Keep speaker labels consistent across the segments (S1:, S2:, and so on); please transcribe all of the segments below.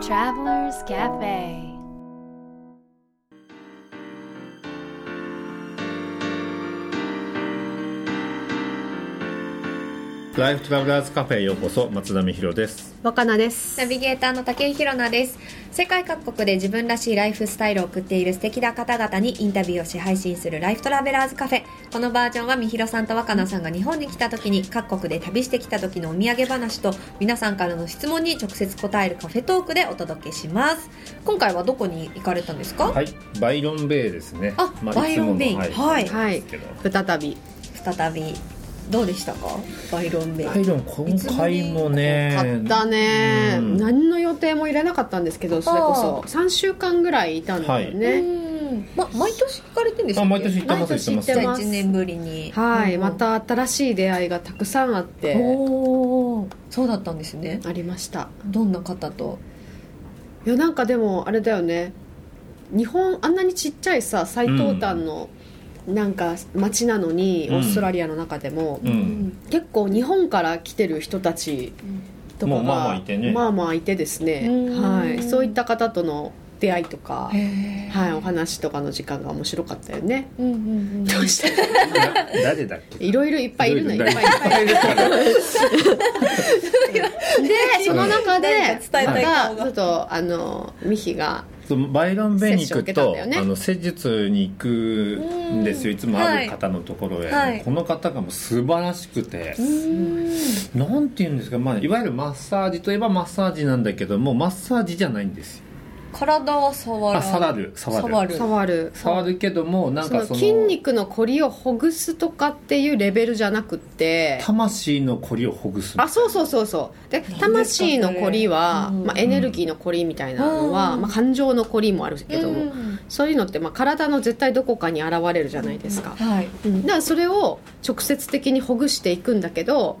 S1: Travelers Cafe
S2: ライフトラベラーズカフェへようこそ松田美弘です
S3: 若菜です
S4: ナビゲーターの竹井宏奈です。世界各国で自分らしいライフスタイルを送っている素敵な方々にインタビューをし配信するライフトラベラーズカフェ。このバージョンはみひろさんと若菜さんが日本に来た時に各国で旅してきた時のお土産話と皆さんからの質問に直接答えるカフェトークでお届けします。今回はどこに行かれたんですか、
S2: はいバイロンベイですね
S4: あバイロンベイ
S2: つもの
S4: はい
S3: はい
S2: ですけど
S3: 再び
S4: 再び。どうでしたかバイロンベイ。
S2: バイロン今回もね
S3: 買ったね
S2: うん
S3: 何の予定も入れなかったんですけどそれこそ3週間ぐらいいたんだよ
S4: う
S3: ね
S4: ん。ま、毎年行かれてんですか
S2: あ毎年行ってます
S3: 毎年
S2: 行
S3: 行
S2: っ
S3: ってて
S2: ま
S3: ま
S2: い
S3: す
S4: 1年ぶりに。
S3: はい
S4: うん
S3: また新しい出会いがたくさんあって
S4: おおそうだったんですね
S3: ありました
S4: どんな方と
S3: いやなんかでもあれだよね日本あんなにちっちゃいさ最東端のなんか町なのに、
S2: うん
S3: オーストラリアの中でも、
S2: う、
S4: うん
S3: 結構日本から来てる人たちとか
S2: も
S3: が
S2: うまあまあいてね
S3: まあまあいてですね、
S4: うん
S3: はい、そういった方との出会いとか、
S4: へ
S3: はい、お話とかの時間が面白かったよね
S4: うんうんうん
S3: どうした
S2: 誰だっけ
S3: いろいろいっぱいいるの
S2: い
S3: いっ
S2: ろいろ
S3: ぱいいっぱいいる でその中
S4: 何
S3: で
S4: か伝えたい
S3: また
S4: 顔が
S3: ちょっとあのミヒが
S2: そうバイロンベイに行くと、
S3: 接種を受けたんだよね
S2: あの施術に行くんですよ
S4: う
S2: い
S4: ん
S2: つもある方のところへ、
S4: はい
S2: この方がもう素晴らしくて、
S4: うん
S2: なんていうんですか、まあ、いわゆるマッサージといえばマッサージなんだけどもマッサージじゃないんですよ
S4: 体は触ら
S2: あ触る触る
S4: 触る
S3: 触る
S2: 触るけどもなん
S3: そ
S2: か
S3: の
S2: その
S3: 筋肉のこりをほぐすとかっていうレベルじゃなくって
S2: 魂のこりをほぐす
S3: あそうそうそうそうで
S4: か
S3: 魂のこりは、
S4: うん
S3: まあ、エネルギーのこりみたいなのは、
S4: うん
S3: まあ、感情のこりもあるけども、
S4: うん
S3: そういうのって、まあ、体の絶対どこかに現れるじゃないですか、
S4: はい
S3: うんだからそれを直接的にほぐしていくんだけど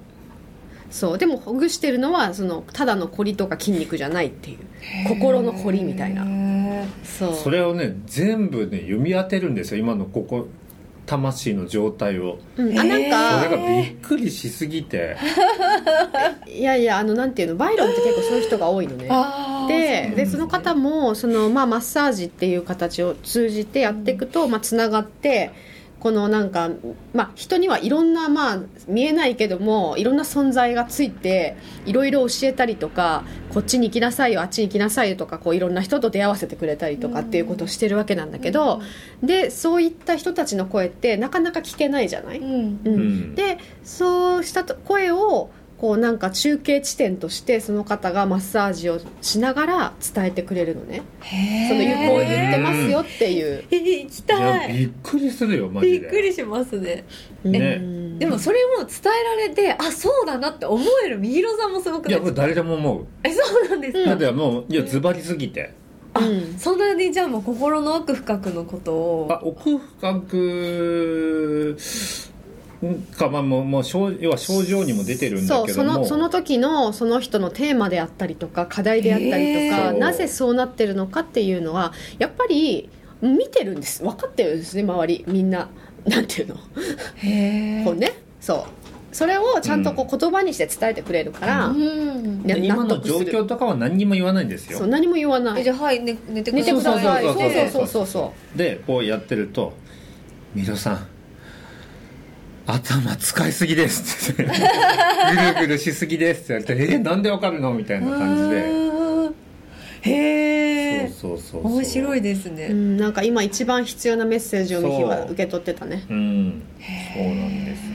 S3: そうでもほぐしてるのはそのただのこりとか筋肉じゃないっていう心のこりみたいな
S4: へ
S3: そう
S2: それをね全部ね読み当てるんですよ今のここ魂の状態を
S3: うん、あなん
S2: それが
S3: か
S2: びっくりしすぎて
S3: いやいやあのなんていうのバイロンって結構そういう人が多いのね
S4: ーあー
S2: そう
S3: で
S2: なんで
S3: です
S2: ね
S3: その方もその、まあ、マッサージっていう形を通じてやっていくと、まあ、つながってこのなんか、まあ、人にはいろんな、まあ、見えないけどもいろんな存在がついていろいろ教えたりとかこっちに行きなさいよあっちに行きなさいよとかこういろんな人と出会わせてくれたりとかっていうことをしてるわけなんだけど、でそういった人たちの声ってなかなか聞けないじゃない、
S4: うん
S3: う
S2: うんん
S3: でそうしたと声をこうなんか中継地点としてその方がマッサージをしながら伝えてくれるのね
S4: へー
S3: その言うこう言って
S2: ま
S3: ますよっていう、
S4: えー行き
S2: いや
S4: たい
S2: びっくりするよマジ
S4: び
S2: で
S4: っくりしますね
S2: ね
S3: うん
S4: でもそれも伝えられてあそうだなって思えるみひろさんもすごく
S2: い
S4: な
S2: や
S4: い
S2: これ誰でも思う、
S4: えそうなんですか
S2: だってもういやズバリすぎて、
S3: うん
S4: そんなにじゃあもう心の奥深くのこと
S2: あ
S4: を
S2: 奥深くうんかまあもうもう症要は症状にも出てるんだ
S3: そ
S2: け
S3: う
S2: ど
S3: そ
S2: も
S3: のその時のその人のテーマであったりとか課題であったりと
S2: へ
S3: か、
S2: ー
S3: なぜそうなってるのかっていうのはやっぱり見てるんです分かってるんですね周りみんななんていうの
S4: へ
S3: こうねそうそれをちゃんとこう言葉にして伝えてくれるから、
S4: うん
S3: ね
S2: 今
S3: 納
S2: の
S3: 得
S2: 状
S3: する
S2: 況とかは何にも言わないんです
S3: そ
S2: よ
S3: う何も言わな
S4: え
S3: い
S4: じゃあはい、ね、寝てく
S3: 寝てください
S2: そ
S3: そう
S2: そ
S3: うそうう
S2: そう
S3: そうそうそ
S2: でこうやってると「ミロさん頭使いすぎです」って言って「ぐるぐるしすぎです」って言われて「えなんでわかるの?」みたいな感じで
S4: じでへえ
S2: そうそうそうそう
S4: 面白いです
S3: う、う
S4: ね
S3: ん、なんか今一番必要なメッセージをミヒは
S2: そう
S3: 受け取ってたね
S2: うんそうなんですよ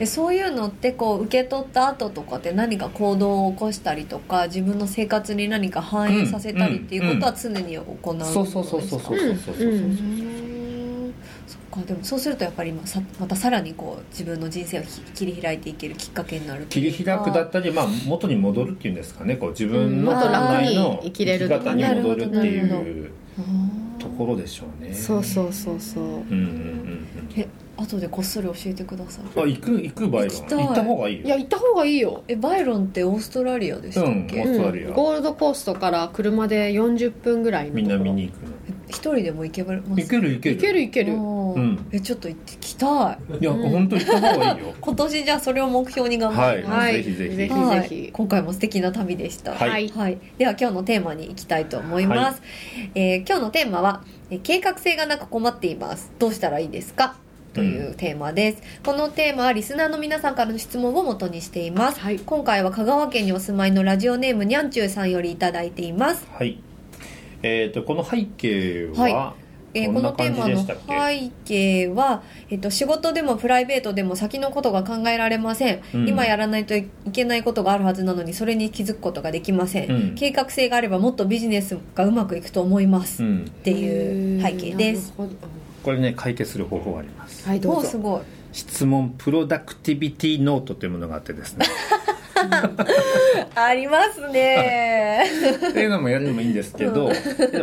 S4: えそういうのってこう受け取った後とかって何か行動を起こしたりとか自分の生活に何か反映させたりっていうことは常に行うことですか
S2: そうそうそうそうそうそうそうそううん
S4: うーんそっかでもそうするとやっぱり今さまたさらにこう自分の人生をひ切り開いていけるきっかけになるという
S2: 切
S4: か
S2: り開くだったり、まあ、元に戻るっていうんですかねこう自分の
S4: うんもっと
S2: 本来の生
S3: 楽に
S2: き
S3: 生きれると
S2: 方
S3: か
S2: に
S3: ね
S2: 戻るってい
S3: なるほどな
S2: う
S4: あー
S2: ところでしょうね
S3: そうそうそうそう
S2: うんうんうん
S4: え後でこっそり教えてください
S2: うんあ行く行く場合は
S4: 行きたい
S2: 行った方がいい
S3: い
S2: よ
S3: や行った方がいいよ
S4: えバイロンってオーストラリアでしたっけ、
S2: うんオーストラリア
S3: ゴールドコーストから車で40分ぐらいのところ
S2: 南に行くの
S4: え一人でも行けます
S2: いけるいける
S3: いけるいける
S4: おー
S2: うん
S4: えちょっと行ってきたい
S2: いや、
S3: うん
S2: 本当に行った方がいい よ
S4: 今年じゃあそれを目標に頑張ります、
S3: は
S2: ぜ
S3: い
S2: ひぜひ
S3: ぜひ
S4: はい
S3: ぜひ
S4: 今回も素敵な旅でした
S2: はい
S4: では今日のテーマに行きたいと思います、えー今日のテーマはえー計画性がなく困っていますどうしたらいいですかというテーマです、このテーマはリスナーの皆さんからの質問を元にしています、
S3: はい
S4: 今回は香川県にお住まいのラジオネームにゃんちゅうさんよりいただいています
S2: はいえー、とこの背景は、
S4: はえー
S2: ど
S4: こ
S2: んな
S4: のテー
S2: 感じ
S4: マ
S2: で
S4: の
S2: したっけ
S4: 背景は、えっと仕事でもプライベートでも先のことが考えられません、
S2: うん
S4: 今やらないといけないことがあるはずなのにそれに気づくことができません、
S2: うん
S4: 計画性があればもっとビジネスがうまくいくと思います、
S2: う
S4: っ
S2: ん、
S4: ていう背景です
S3: へーなるほ
S2: これね解決する方法はあります
S3: どはいど
S4: お
S3: う
S4: ーす
S3: ぞ
S4: ごい
S2: 質問プロダクティビティノートというものがあって ですね
S4: ありますね
S2: っていうのもやるのもいいんですけど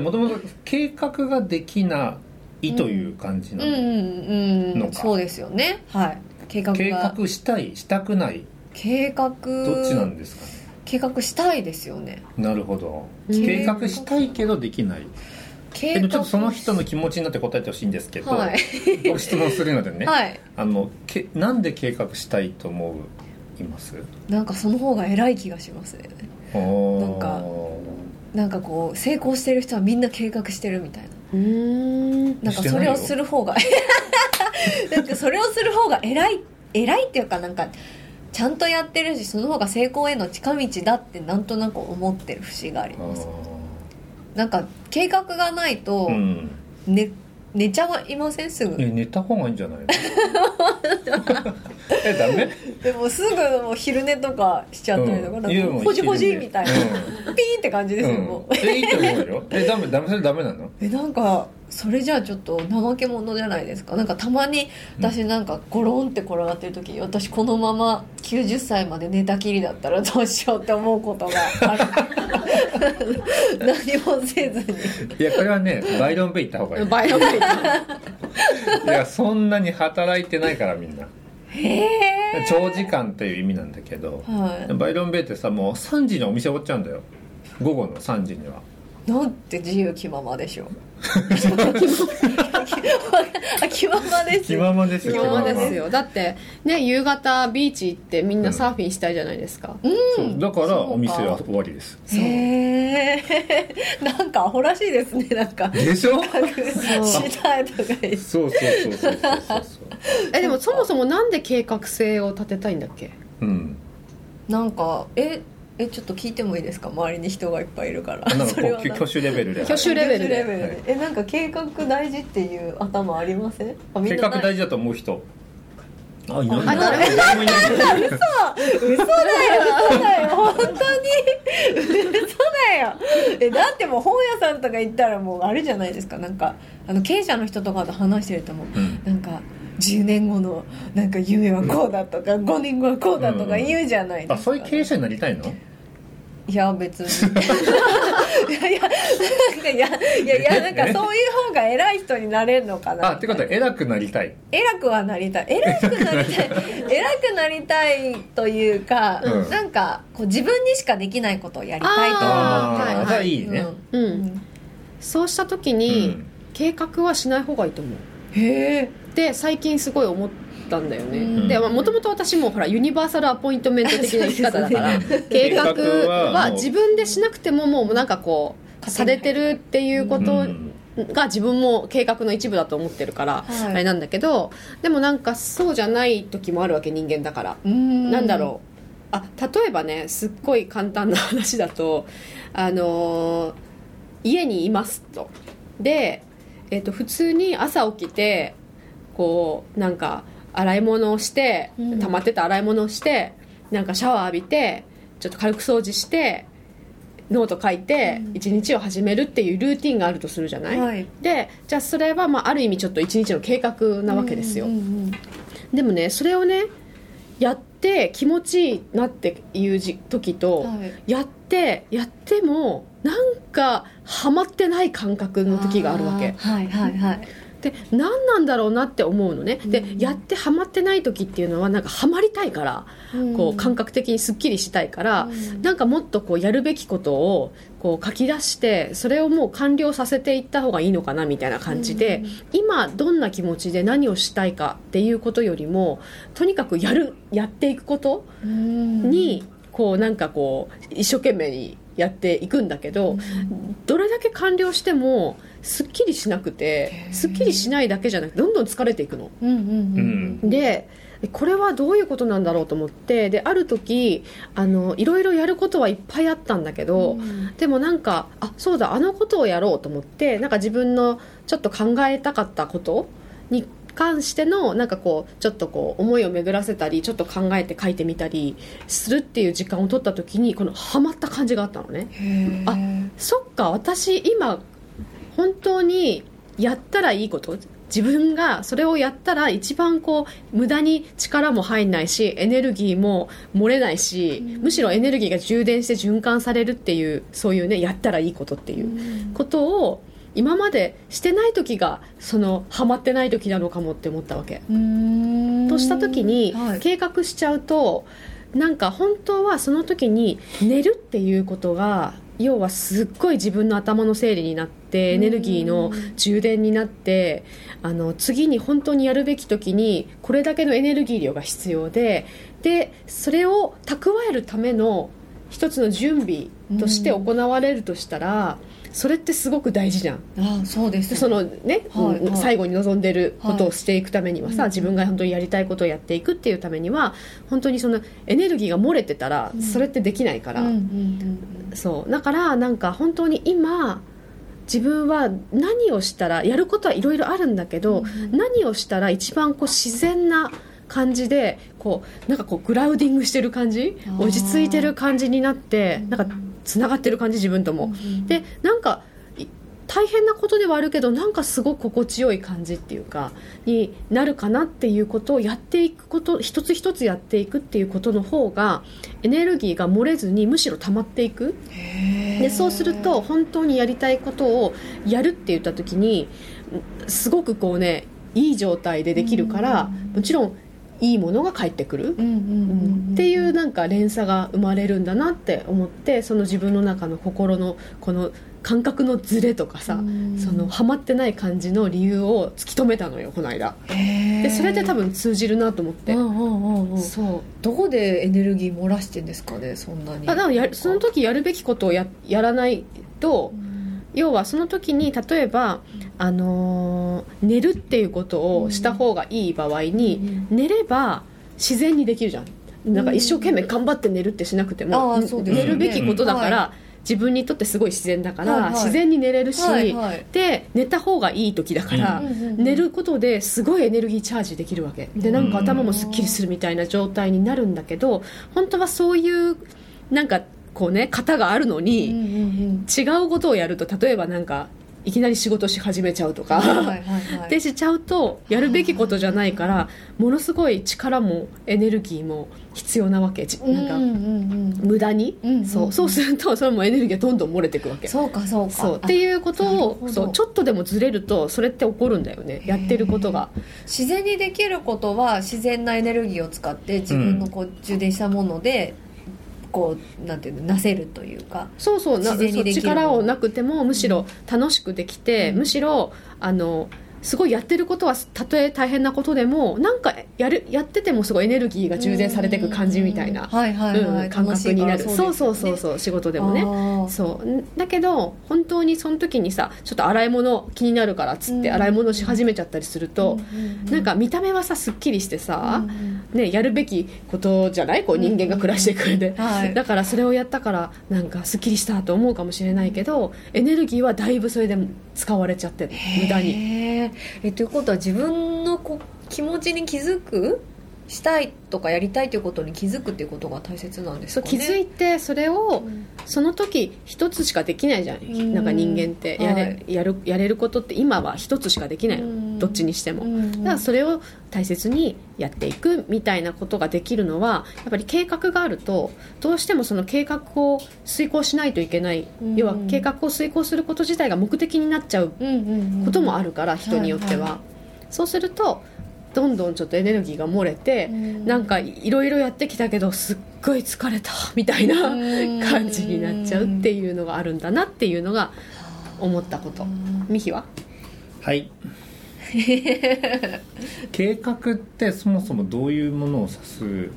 S2: もともと計画ができないという感じ
S4: うん
S2: な
S4: う
S2: の、
S4: んう
S2: の
S4: ん
S2: か
S4: そうですよねはい計画が
S2: 計画したいしたくない
S4: 計画
S2: どっちなんですかね
S4: 計画したいですよね
S2: なるほど
S3: うん
S2: 計画したいけどできない
S4: 計
S2: でもちょっとその人の気持ちになって答えてほしいんですけど、
S4: はい
S2: 僕質問するのでね、
S4: はい
S2: あのけなんで計画したいと思ういます
S4: なんかその方が偉い気がしますね
S2: なん
S4: かなんかこう成功してる人はみんな計画してるみたいな
S3: うーん
S4: なんかそれをする方が なんかそれをする方が偉い偉いっていうかなんかちゃんとやってるしその方が成功への近道だってなんとなく思ってる節がありますなんか計画がないと
S2: うん
S4: 寝,、寝ちゃいませんすぐ
S2: え寝た方がいいんじゃない のえダメ
S4: でもすぐもう昼寝とかしちゃったりとか,、
S2: うん
S4: ない
S2: や
S4: ん
S2: もう
S4: かほじほじ
S2: 一気にね
S4: みたいな、ピーンって感じです
S2: う
S4: よ、
S2: ん
S4: も
S2: うんえいいと思うよえダメダメそれダメなの
S4: うえなんかそれじゃあちょっと怠け者じゃないですかなんかたまに私なんかゴロンって転がってる時に私このまま90歳まで寝たきりだったら どうしようって思うことがある 何もせずに
S2: いやこれはねバイロンベイ行った方 がいい
S3: バイオメイク
S2: い やそんなに働いてないからみんな
S4: へえ
S2: 長時間という意味なんだけど
S4: は、
S2: バイロンベイってさもう3時にお店終わっちゃうんだよ午後の3時にはい
S4: なんて自由気ままでしょう あ気ままです
S2: 気ままですよ
S3: 今までです
S2: よ
S3: よだってね夕方ビーチ行ってみんなサーフィンしたいじゃないですか、
S2: そうだか
S4: そう
S2: ら
S4: か
S2: お店は終わりです
S4: へえ なんかアホらしいですねなんか
S2: でしょ
S4: したいとか言って
S2: そうそうそうそうそうそうそう
S3: えでもそもそもなんで計画性を立てたいんだっけ
S2: うん
S4: なんかええちょっと聞いてもいいですか周りに人がいっぱいいるから
S2: なんか
S4: そ
S2: こ
S4: れは
S2: う
S4: な
S2: 挙手レベルで
S3: 挙手レベルで
S4: レ
S2: はい
S4: えなんか計画大事っていう頭ありませんあみん
S2: 計
S4: な
S2: 画
S4: ない
S2: 大事だと思う人あい
S4: あ
S2: ないい
S4: ない
S2: ない誰もいない
S4: 嘘だよ嘘だよ本当に嘘だよえだってもう本屋さんとか行ったらもうあれじゃないですかなんかあの経営者の人とかと話してるともう
S2: うん
S4: なんか10年後のなんか夢はこうだとか5年後はこうだとか言うじゃないですか、
S2: あそういう経営者になりたいの
S4: いや別にいやいやなんかいやいやいやなんかそういう方が偉い人になれるのかな
S2: あってことは偉くなりたい
S4: 偉くはなりたい偉くな りたい偉くなりたいというか、
S2: うん
S4: なんかこう自分にしかできないことをやりたいと思う
S3: あーはいはい
S2: じゃあいいね
S3: うん、
S4: うん
S3: そうした時
S2: う
S3: に、
S2: ん
S3: 計画はしない方がいいと思う
S4: へえ
S3: で最近すごい思ったんだよね、
S4: うん
S3: でもともと私もほらユニバーサルアポイントメント的な生き方だから、
S2: そうですね
S3: 計画
S2: 計画は
S3: は
S2: もう
S3: 自分でしなくてももうなんかこうされてるっていうこ
S2: う
S3: と
S2: ん
S3: が自分も計画の一部だと思ってるから、
S4: はい
S3: あれなんだけどでもなんかそうじゃない時もあるわけ人間だから、
S4: うん
S3: なんだろうあ例えばねすっごい簡単な話だと あのー家にいますとで、えっと普通に朝起きてこうなんか洗い物をして
S4: うん
S3: 溜まってた洗い物をしてなんかシャワー浴びてちょっと軽く掃除してノート書いて
S4: うん
S3: 一日を始めるっていうルーティンがあるとするじゃない、
S4: はい
S3: でじゃあそれはまあある意味ちょっと一日の計画なわけですよ、
S4: うんうん
S3: でもねそれをねやって気持ちいいなっていうじ時と、
S4: うんはい
S3: やってやってもなんかハマってない感覚の時があるわけ
S4: ーはいはいはい
S3: で何なんだろうなって思うのね、
S4: う
S3: で
S4: ん
S3: やってハマってない時っていうのはなんかハマりたいから、こう感覚
S4: 覚
S3: 的にすっきりしたいから、なんかもっとこうやるべきことをこう書き出してそれをもう完了させていった方がいいのかなみたいな感じで、今どんな気持ちで何をしたいかっていうことよりもとにかくやるやっていくことに、こうなんかこう一生懸命にやっていくんだけど、どれだけ完了してもすっきりしなくてすっきりしないだけじゃなくてどんどん疲れていくの。
S4: うんうんうん
S2: うん
S3: でこれはどういうことなんだろうと思ってである時あのいろいろやることはいっぱいあったんだけど、でもなんかあそうだあのことをやろうと思ってなんか自分のちょっと考えたかったことに関してのなんかこうちょっとこう思いを巡らせたりちょっと考えて書いてみたりするっていう時間を取った時にこのハマった感じがあったのね。
S4: へー
S3: あそっか私今本当にやったらいいこと自分がそれをやったら一番こう無駄に力も入んないしエネルギーも漏れないし、むしろエネルギーが充電して循環されるっていうそういうねやったらいいことっていうことを今までしてない時がそのハマってない時なのかもって思ったわけ。
S4: うーん
S3: とした時に
S4: はい
S3: 計画しちゃうと、なんか本当はその時に寝るっていうことが要はすっごい自分の頭の整理になってエネルギーの充電になってあの次に本当にやるべき時にこれだけのエネルギー量が必要ででそれを蓄えるための一つの準備として行われるとしたら、それってすごく大事じゃん。
S4: あそうです
S3: で
S4: ね
S3: そのね、
S4: はい
S3: うん
S4: はい
S3: 最後に望んでることをしていくためにはさ、
S4: はい
S3: 自分が本当にやりたいことをやっていくっていうためには本当にそのエネルギーが漏れてたら
S4: うん
S3: それってできないから、
S4: うんうん
S3: そうだからなんか本当に今自分は何をしたらやることはいろいろあるんだけど、
S4: うん
S3: 何をしたら一番こう自然な感じでこうなんかこうグラウディングしてる感じ
S4: あー
S3: 落ち着いてる感じになって
S4: うん
S3: なんかつながってる感じ自分とも
S4: う。ん
S3: でなんかい大変なことではあるけどなんかすごく心地よい感じっていうかになるかなっていうことをやっていくこと一つ一つやっていくっていうことの方がエネルギーが漏れずにむしろ溜まっていく
S4: へー
S3: でそうすると本当にやりたいことをやるって言った時にんすごくこうねいい状態でできるから
S4: うん
S3: もちろんいいものが返ってくる
S4: うんうんうんうん
S3: っていうなんか連鎖が生まれるんだなって思ってその自分の中の心のこの感覚のズレとかさ、
S4: うん
S3: そのハマってない感じの理由を突き止めたのよこの間
S4: へー
S3: でそれで多分通じるなと思って、
S4: うんうんうんうん
S3: そう
S4: どこでエネルギー漏らしてんですかねそんなに
S3: あだからやその時やるべきことをややらないと
S4: うん
S3: 要はその時に例えば、あのー寝るっていうことをした方がいい場合に、寝れば自然にできるじゃんなんか一生懸命頑張って寝るってしなくても、
S4: あーそうです
S2: ね
S3: 寝るべきことだから、
S4: は
S3: 自分にとってすごい自然だから、
S4: はいはい
S3: 自然に寝れるし、
S4: はいはい
S3: で寝た方がいい時だから、寝ることですごいエネルギーチャージできるわけでなんか頭もすっきりするみたいな状態になるんだけど本当はそういうなんかこうね型があるのに。
S4: うんうん
S3: 違うことをやると例えばなんかいきなり仕事し始めちゃうと
S4: うんはいは
S3: か
S4: いはいはい
S3: でしちゃうとやるべきことじゃないからものすごい力もエネルギーも必要なわけじな
S4: うん
S3: んか
S4: うんうん
S3: 無駄に、
S4: うんうん
S3: そうそうするとそれもエネルギーがどんどん漏れていくわけ。
S4: そうかそうか
S3: そうっ
S4: あ
S3: ていうこと
S4: なるほ
S3: を
S4: ど
S3: そうちょっとでもずれるとそれって起こるんだよねやってることが
S4: 自然にできることは自然なエネルギーを使って自分のこう充電したもので、こうなんていうのなせるというか
S3: そうそうな
S4: 自然にできる
S3: そう力をなくてもむしろ楽しくできて、
S4: うん
S3: むしろあのすごいやってることはたとえ大変なことでもなんかやるやっててもすごいエネルギーが充電されていく感じみたいな、
S4: はいはいはい
S3: うん感覚になる
S4: 楽しいか
S3: そ
S4: ら
S3: うそうそう
S4: う
S3: そう仕事
S4: で
S3: でもね
S4: ね
S3: そうんだけど本当にその時にさちょっと洗い物気になるからっつって
S4: うん
S3: 洗い物し始めちゃったりすると、なんか見た目はさすっきりしてさ、ね、やるべきことじゃないこう人間が暮らしていく上で、
S4: はい
S3: だからそれをやったからなんかすっきりしたと思うかもしれないけどエネルギーはだいぶそれで使われちゃってる無駄に
S4: にえということは自分のこう気持ちに気づくしたいとかやりたいということに気づくっていうことが大切なんです
S3: そう
S4: かね
S3: 気づ
S4: い
S3: いてそれをその時一つしかできないじゃない、
S4: うん
S3: なんか人間ってやれ,、
S4: はい
S3: やるやれることって今は一つしかできないの、
S4: うん
S3: どっちにしても、だからそれを大切にやっていくみたいなことができるのはやっぱり計画があるとどうしてもその計画を遂行しないといけない、
S4: うん
S3: 要は計画を遂行すること自体が目的になっちゃうこともあ
S4: る
S3: るから、人によっては、
S4: はいは
S3: そうするとどんどんちょっとエネルギーが漏れて、なんかいろいろやってきたけどすっごい疲れたみたいな
S4: うん
S3: 感じになっちゃうっていうのがあるんだなっていうのが思ったことミヒは
S2: はい計画ってそもそもどういうものを指す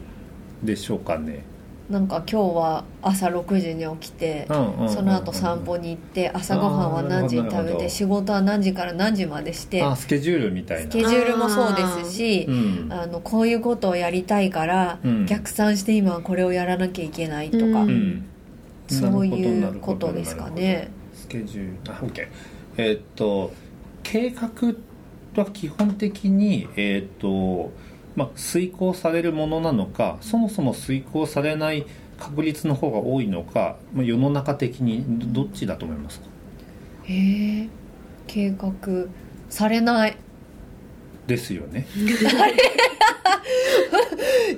S2: でしょうかね
S4: なんか今日は朝6時に起きて
S2: うんうんうんうん
S4: その後散歩に行って朝ごはんは何時に
S2: あーな
S4: 食
S2: る
S4: べ
S2: ほ
S4: て
S2: ど
S4: 仕事は何時から何時までして
S2: あスケジュールみたい
S4: ス
S2: な
S4: ケジュールもそうですし
S2: うん
S4: あのこういうことをやりたいから、
S2: うん
S4: 逆算して今はこれをやらなきゃいけないとか、
S3: う
S2: うん
S4: そういうことですかね。
S2: スケジュールあ OK えーっと計画は基本的にえーっとまあ遂行されるものなのかそもそも遂行されない確率の方が多いのか、まあ、世の中的にどどっちだと思いますか
S4: へえ計画さ れない
S2: ですよね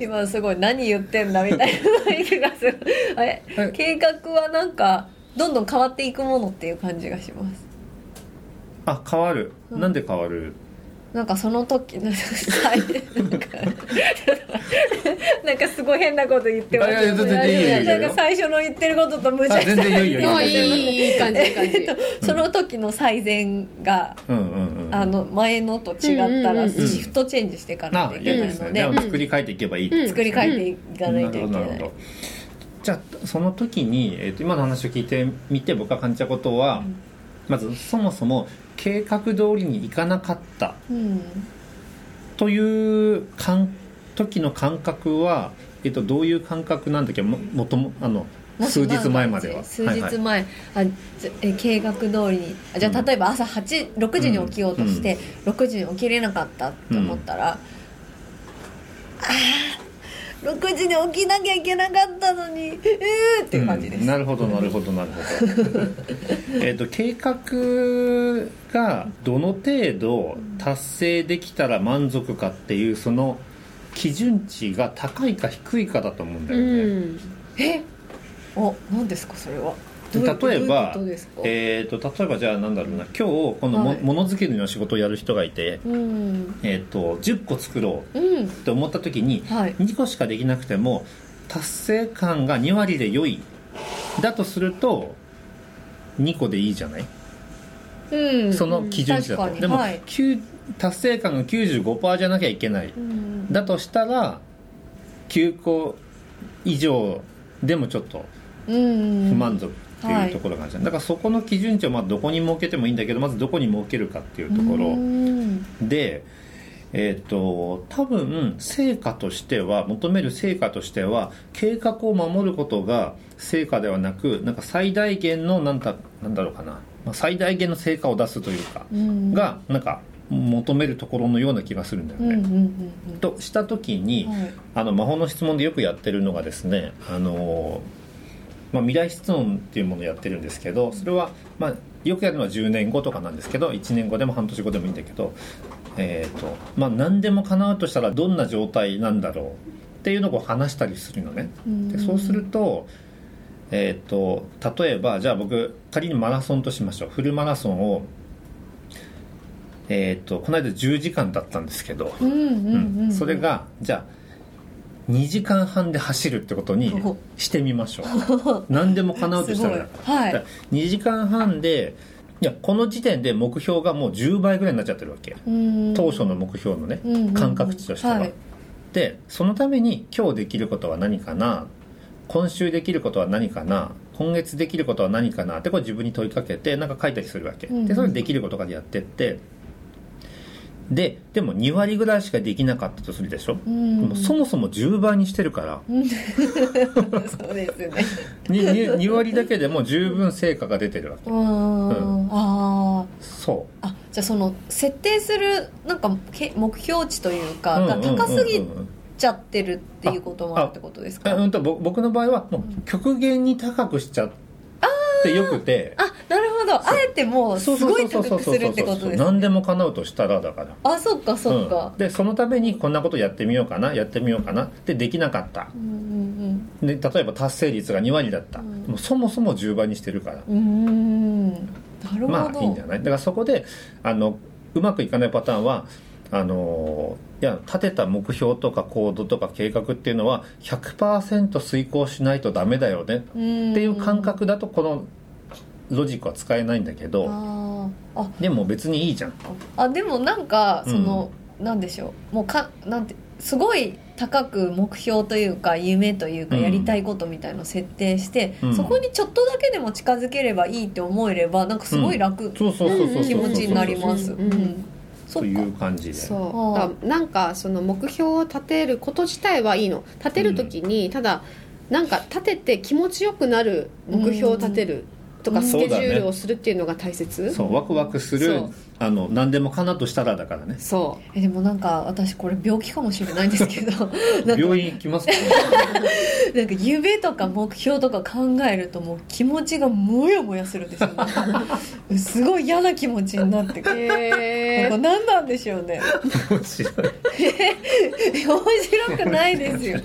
S4: 今すごい何言ってんだみたいな雰囲気がすごいあれ
S2: え
S4: 計画はなんかどんどん変わっていくものっていう感じがします
S2: あ変わる、
S4: うん
S2: なんで変わる
S4: なんかその時 のなんかなんかすごい変なこと言ってます
S2: いやいや全然いいよいいよ
S4: なんか最初の言ってることと無茶
S2: あ 全然いいよいいよ
S3: あいいいい感じいい感 じ
S4: えっと、その時の最善が、
S2: うんうんうん
S4: あの前のと違った
S3: うん
S4: ら
S3: うんうん
S4: シフトチェンジしていかな
S2: あ
S4: きゃい
S2: い
S4: け
S2: や
S4: な
S2: で
S4: い
S2: す
S4: の
S2: ね
S4: で、
S2: じゃあ作り変えていけばいいってことですね
S4: 作り変えていかないとい
S2: なる
S4: けな
S2: ほどなる
S4: い
S2: ほどじゃあその時に、えー、と今の話を聞いてみて僕が感じたことは、
S4: うん
S2: まずそもそも計画通りにいかなかった
S4: うん
S2: という感時の感覚は、えー、とどういう感覚なんだっけももともあの
S4: もし
S2: 数日前までは
S4: 数日
S2: はい
S4: 前、
S2: はい
S4: あじゃえ計画通りにあじゃあ
S2: うん
S4: 例えば朝8 6時に起きようとして、6時に起きれなかったと思ったら、あー6時に起きなきゃいけなかったのにえーっていう感じです、
S2: うんなるほどなるほどなるほ どえっと計画がどの程度達成できたら満足かっていうその基準値が高いか低いかだと思うんだ
S3: う
S2: よね、
S3: ん
S4: えお何ですかそれはどう
S2: 例えば
S4: どういうことですか
S2: えー、と例えばじゃあなんだろうな今日このも,、
S4: はい
S2: ものづくりの仕事をやる人がいて、
S4: うん
S2: えー、と10個作ろ
S4: うん
S2: うって思った時に
S4: はい
S2: 2個しかできなくても達成感が2割で良いだとすると2個でいいじゃない
S4: うん
S2: その基準値だと、
S4: うん確かに
S2: でも、
S4: はい
S2: 9達成感が95%じゃなきゃいけない
S4: うん
S2: だとしたら9個以上でもちょっと
S4: うん
S2: 不満足っていうところがあるじゃん、だからそこの基準値をまあどこに設けてもいいんだけどまずどこに設けるかっていうとこ
S4: う
S2: ろ
S4: ん
S2: でえっ、と多分成果としては求める成果としては計画を守ることが成果ではなくなんか最大限のなんだなんだろうかなまあ最大限の成果を出すというか、
S4: うん
S2: がなんか求めるところのような気がするんだよ
S4: うんうん
S2: ね。
S4: うん
S2: とした時に、
S4: うんはい
S2: あの魔法の質問でよくやってるのがですねあの、まあ、未来質問っていうものをやってるんですけどそれは、まあ、よくやるのは10年後とかなんですけど1年後でも半年後でもいいんだけど、えーとまあ、何でも叶うとしたらどんな状態なんだろうっていうのを話したりするのね。でそうすると,、えー、と例えばじゃあ僕仮にマラソンとしましょうフルマラソンを、えー、とこの間10時間だったんですけど。
S4: うんうんうんうん
S2: それがじゃあ2時間半で走るってことに
S4: お
S2: してみましょう何でも叶うとしたらだ
S4: すごいはい
S2: 2時間半でいやこの時点で目標がもう10倍ぐらいになっちゃってるわけ
S4: うん
S2: 当初の目標のね、
S4: うんうんうん
S2: 感覚値としては、
S4: はい
S2: でそのために今日できることは何かな今週できることは何かな今月できることは何かなってこれ自分に問いかけてなんか書いたりするわけ、
S4: うんうん
S2: でそれできることからやってってででも2割ぐらいしかできなかったとするでしょ、
S4: うん
S2: でもそもそも10倍にしてるから
S4: うんそうですね
S2: にに 2, 割だけでも十分成果が出てるわけ
S4: うん
S2: う
S4: あ
S2: そ
S4: ーあじゃあその設定するなんかけ目標値という
S2: う
S4: かが高すぎ
S2: うんうんうんうん
S4: ちゃってるっていうこともあるってことです
S2: え
S4: か
S2: うんとぼ僕の場合はもう極限に高くしちゃってよくて
S4: あなるほどあえてもうす
S2: そうそう
S4: ごい
S2: そう
S4: 高
S2: そう
S4: く
S2: そう
S4: する
S2: そう
S4: ってことです
S2: 何でも叶うとしたらだから
S4: あそっかそっか
S2: ん、でそのためにこんなことやってみようかなやってみようかなでできなかった
S4: うんうん
S2: で例えば達成率が2割だった、
S4: うん
S2: もうそもそも10倍にしてるから
S4: うんうんなるほど
S2: まあいいんじゃないだからそこであのうまくいかないパターンはああのいや立てた目標とか行動とか計画っていうのは100%遂行しないとダメだよね
S4: て
S2: ってい
S4: いう
S2: 感覚だとこのロジックは使えないんだけど
S4: あーあ
S2: でも別にいいじゃん
S4: あでもなんか
S2: うん
S4: その、なんでしょうもうかなんてすごい高く目標というか夢というか
S2: うん
S4: やりたいことみたいのを設定して、
S2: うん
S4: そこにちょっとだけでも近づければいいって思えればなんかすごい楽
S2: そうそうそうそうそうそう
S4: 気持ちになります。
S3: うんうん
S4: そ
S2: と
S4: っ
S2: い
S4: か
S2: う感じで
S3: そうだ
S4: あ
S3: からなんかその目標を立てること自体はいいの立てる時にただなんか立てて気持ちよくなる目標を立てると
S4: う
S3: か
S4: ん
S3: スケジュールをするっていうのが大切
S2: そうワクワクする
S3: そう
S2: あの何でもかなとしたらだからね
S3: そ
S4: えでもなんか私これ病気かもしれないんですけ どなんか
S2: 病院行きますか
S4: なんか夢とか目標とか考えるともう気持ちがモヤモヤする んですよ、ね、すごい嫌な気持ちになってく
S3: う
S4: るなん
S3: へ
S4: か
S3: ー
S4: 何なんでしょうね
S2: 面白い
S4: 面白くないです よ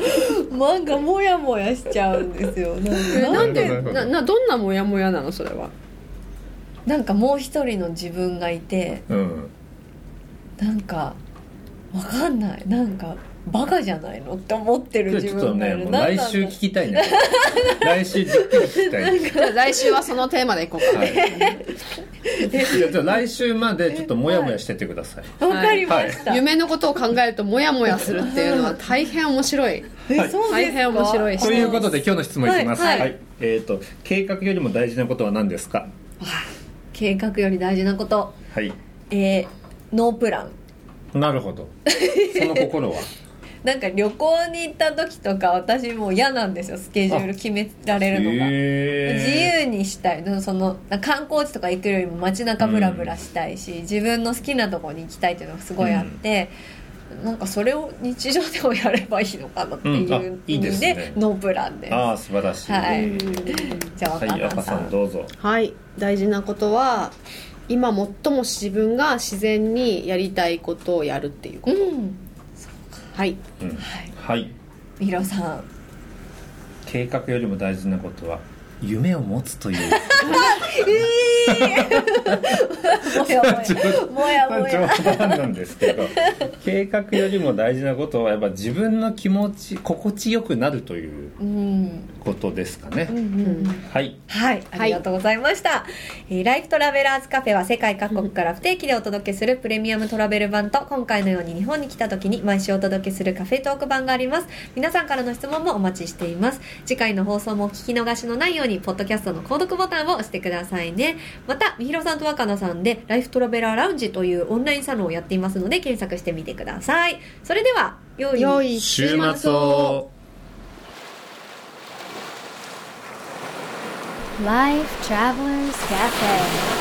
S4: なんかモヤモヤしちゃうんですよなん
S3: え
S4: か
S3: な
S4: なんん
S2: なる
S3: で
S2: ほど
S3: ななどんなモヤモヤなのそれは
S4: なんかもう一人の自分がいて
S2: うん
S4: なんかわかんないなんかバカじゃないのって思ってる
S2: 今日
S4: 自
S2: ちょっと
S4: 分がい
S2: ね
S4: る、
S2: もう
S4: なん
S2: 来
S4: なん
S2: 週
S4: だ
S2: 聞きたいね来週じっくり聞きたい、
S3: じゃあ来週はそのテーマでいこうか
S2: はい、いやじゃあ来週までちょっとモヤモヤしてってください
S4: わかりまし た、
S3: 夢のことを考えるとモヤモヤするっていうのは大変面白い
S4: えそう
S3: 大
S4: ですか
S3: 変面白い
S2: ということで今日の質問いきます、
S4: は
S2: はいい
S4: はい
S2: えー、と計画よりも大事なことは何ですか
S4: 計画より大事なこと
S2: はい
S4: えーノープラン
S2: なるほど その心 は
S4: なんか旅行に行った時とか私もう嫌なんですよスケジュール決められるのが、自
S2: へ
S4: 由にしたいその観光地とか行くよりも街中ブラブラしたいし、自分の好きなとこに行きたいっていうのがすごいあって、なんかそれを日常でもやればいいのかなっていう
S2: うんあ
S4: 意
S2: いいで
S4: 味
S2: す
S4: で,、
S2: ね
S4: ノープランです
S2: ーああ素晴らしい、
S4: は
S2: はい
S4: い
S3: うん
S4: じゃあ若菜
S2: 赤
S4: さ
S2: さ
S4: ん,、
S2: んどうぞ
S3: はい大事なことは今最も自分が自然にやりたいことをやるっていうこ
S4: う
S3: と、
S4: ん
S3: はい
S2: うん
S4: はい
S2: はい
S4: ミロさん
S2: 計画よりも大事なことは夢を持つという
S4: も や
S2: ちょ っと
S4: もやもやもや
S2: 冗談なんですけ ど計画よりも大事なことはやっぱ自分の気持ち心地よくなるという
S4: うん
S2: ことですかね、
S4: うんうんうん
S2: はい
S4: はい、ありがとうございました、えーライフトラベラーズカフェは世界各国から不定期でお届けするプレミアムトラベル版と今回のように日本に来た時に毎週お届けするカフェトーク版があります皆さんからの質問もお待ちしています次回の放送もお聞き逃しのないようにポッドキャストの購読ボタンを押してくださいねまたみひろさんと若菜さんでライフトラベラーラウンジというオンラインサロンをやっていますので検索してみてくださいそれでは良い
S3: 良い
S2: 週末を
S1: Life Travelers Cafe.